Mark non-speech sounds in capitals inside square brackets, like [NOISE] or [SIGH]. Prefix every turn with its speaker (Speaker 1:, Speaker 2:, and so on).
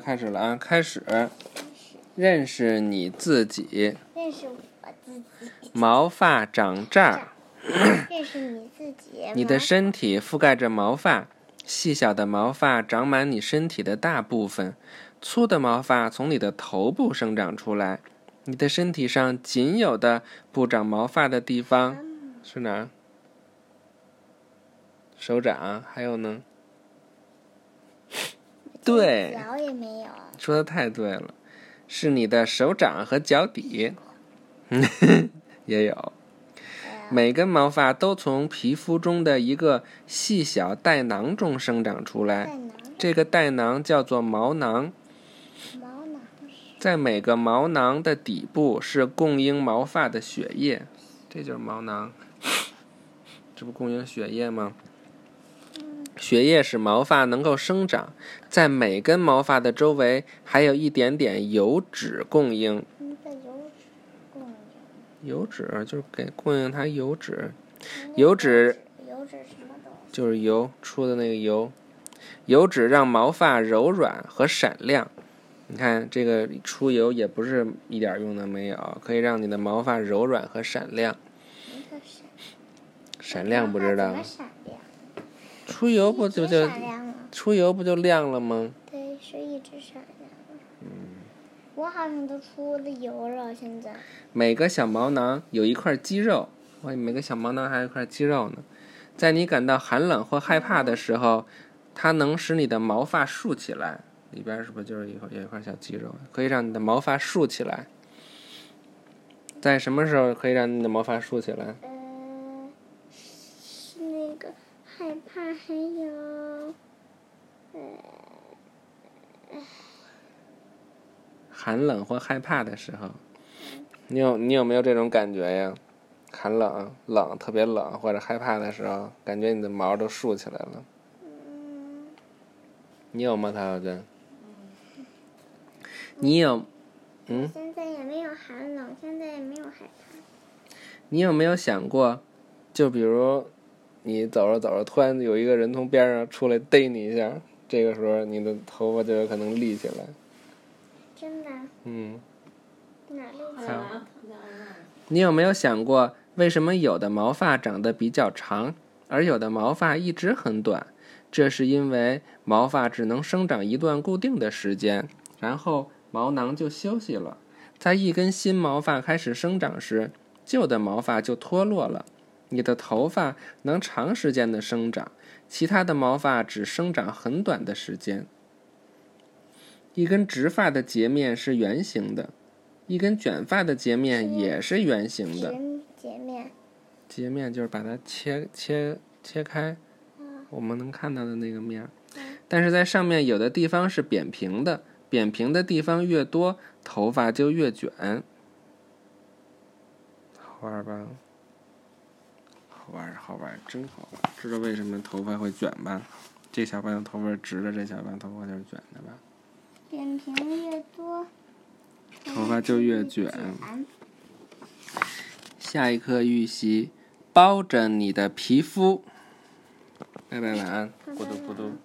Speaker 1: 开始了啊，开始认识你自己，
Speaker 2: 认识我自己，
Speaker 1: 毛发长这儿，
Speaker 2: 认识你自己。
Speaker 1: 你的身体覆盖着毛发，细小的毛发长满你身体的大部分，粗的毛发从你的头部生长出来。你的身体上仅有的不长毛发的地方是哪儿？手掌，还有呢？对，
Speaker 2: 脚也没有啊，
Speaker 1: 说的太对了，是你的手掌和脚底， [LAUGHS] 也有。每根毛发都从皮肤中的一个细小带囊中生长出来，
Speaker 2: 在哪？
Speaker 1: 这个带囊叫做毛囊。
Speaker 2: 毛囊是
Speaker 1: 在每个毛囊的底部是供应毛发的血液，这就是毛囊。这不供应血液吗？血液使毛发能够生长，在每根毛发的周围还有一点点油脂供应。
Speaker 2: 嗯在油脂供应，
Speaker 1: 油脂就是给供应它油脂，油脂
Speaker 2: 油脂什么东西？
Speaker 1: 就是油出的那个油，油脂让毛发柔软和闪亮。你看这个出油也不是一点用都没有，可以让你的毛发柔软和闪亮。
Speaker 2: 一个闪
Speaker 1: 闪亮不知
Speaker 2: 怎
Speaker 1: 道
Speaker 2: 么，闪亮？
Speaker 1: 出油不就
Speaker 2: 一
Speaker 1: 就
Speaker 2: 直闪亮啊？
Speaker 1: 出油不就亮了吗？
Speaker 2: 对，是一直闪亮。嗯，我好像都出了油了，现在
Speaker 1: 每个小毛囊有一块肌肉，哇，每个小毛囊还有一块肌肉呢。在你感到寒冷或害怕的时候，它能使你的毛发竖起来，里边是不是就是有一块有一块小肌肉，可以让你的毛发竖起来？在什么时候可以让你的毛发竖起来？
Speaker 2: 呃，是那个害怕，还有
Speaker 1: 寒冷或害怕的时候，你有你有没有这种感觉呀？寒冷、冷特别冷或者害怕的时候，感觉你的毛都竖起来了。
Speaker 2: 嗯，
Speaker 1: 你有吗，唐小军？你有，嗯，
Speaker 2: 现在也没有寒冷，现在也没有害怕。
Speaker 1: 你有没有想过，就比如你走着走着，突然有一个人从边上出来逮你一下，这个时候你的头发就有可能立起来。
Speaker 2: 真的
Speaker 1: 嗯，
Speaker 2: 哪里
Speaker 3: 好
Speaker 2: 有？
Speaker 3: 了，那
Speaker 1: 你有没有想过，为什么有的毛发长得比较长，而有的毛发一直很短？这是因为毛发只能生长一段固定的时间，然后毛囊就休息了。在一根新毛发开始生长时，旧的毛发就脱落了。你的头发能长时间的生长，其他的毛发只生长很短的时间。一根直发的截面是圆形的，一根卷发的截面也是圆形的。
Speaker 2: 平截面，
Speaker 1: 截面就是把它切切切开，我们能看到的那个面儿。但是在上面有的地方是扁平的，扁平的地方越多，头发就越卷。好玩儿吧？好玩儿，好玩儿，真好玩儿！知道为什么头发会卷吧？这小朋友头发是直的，这小朋友头发就是卷的吧？
Speaker 2: 扁平越多，
Speaker 1: 头发就越卷
Speaker 2: 嗯
Speaker 1: 下一课预习，包着你的皮肤。拜拜，晚安，咕嘟咕嘟。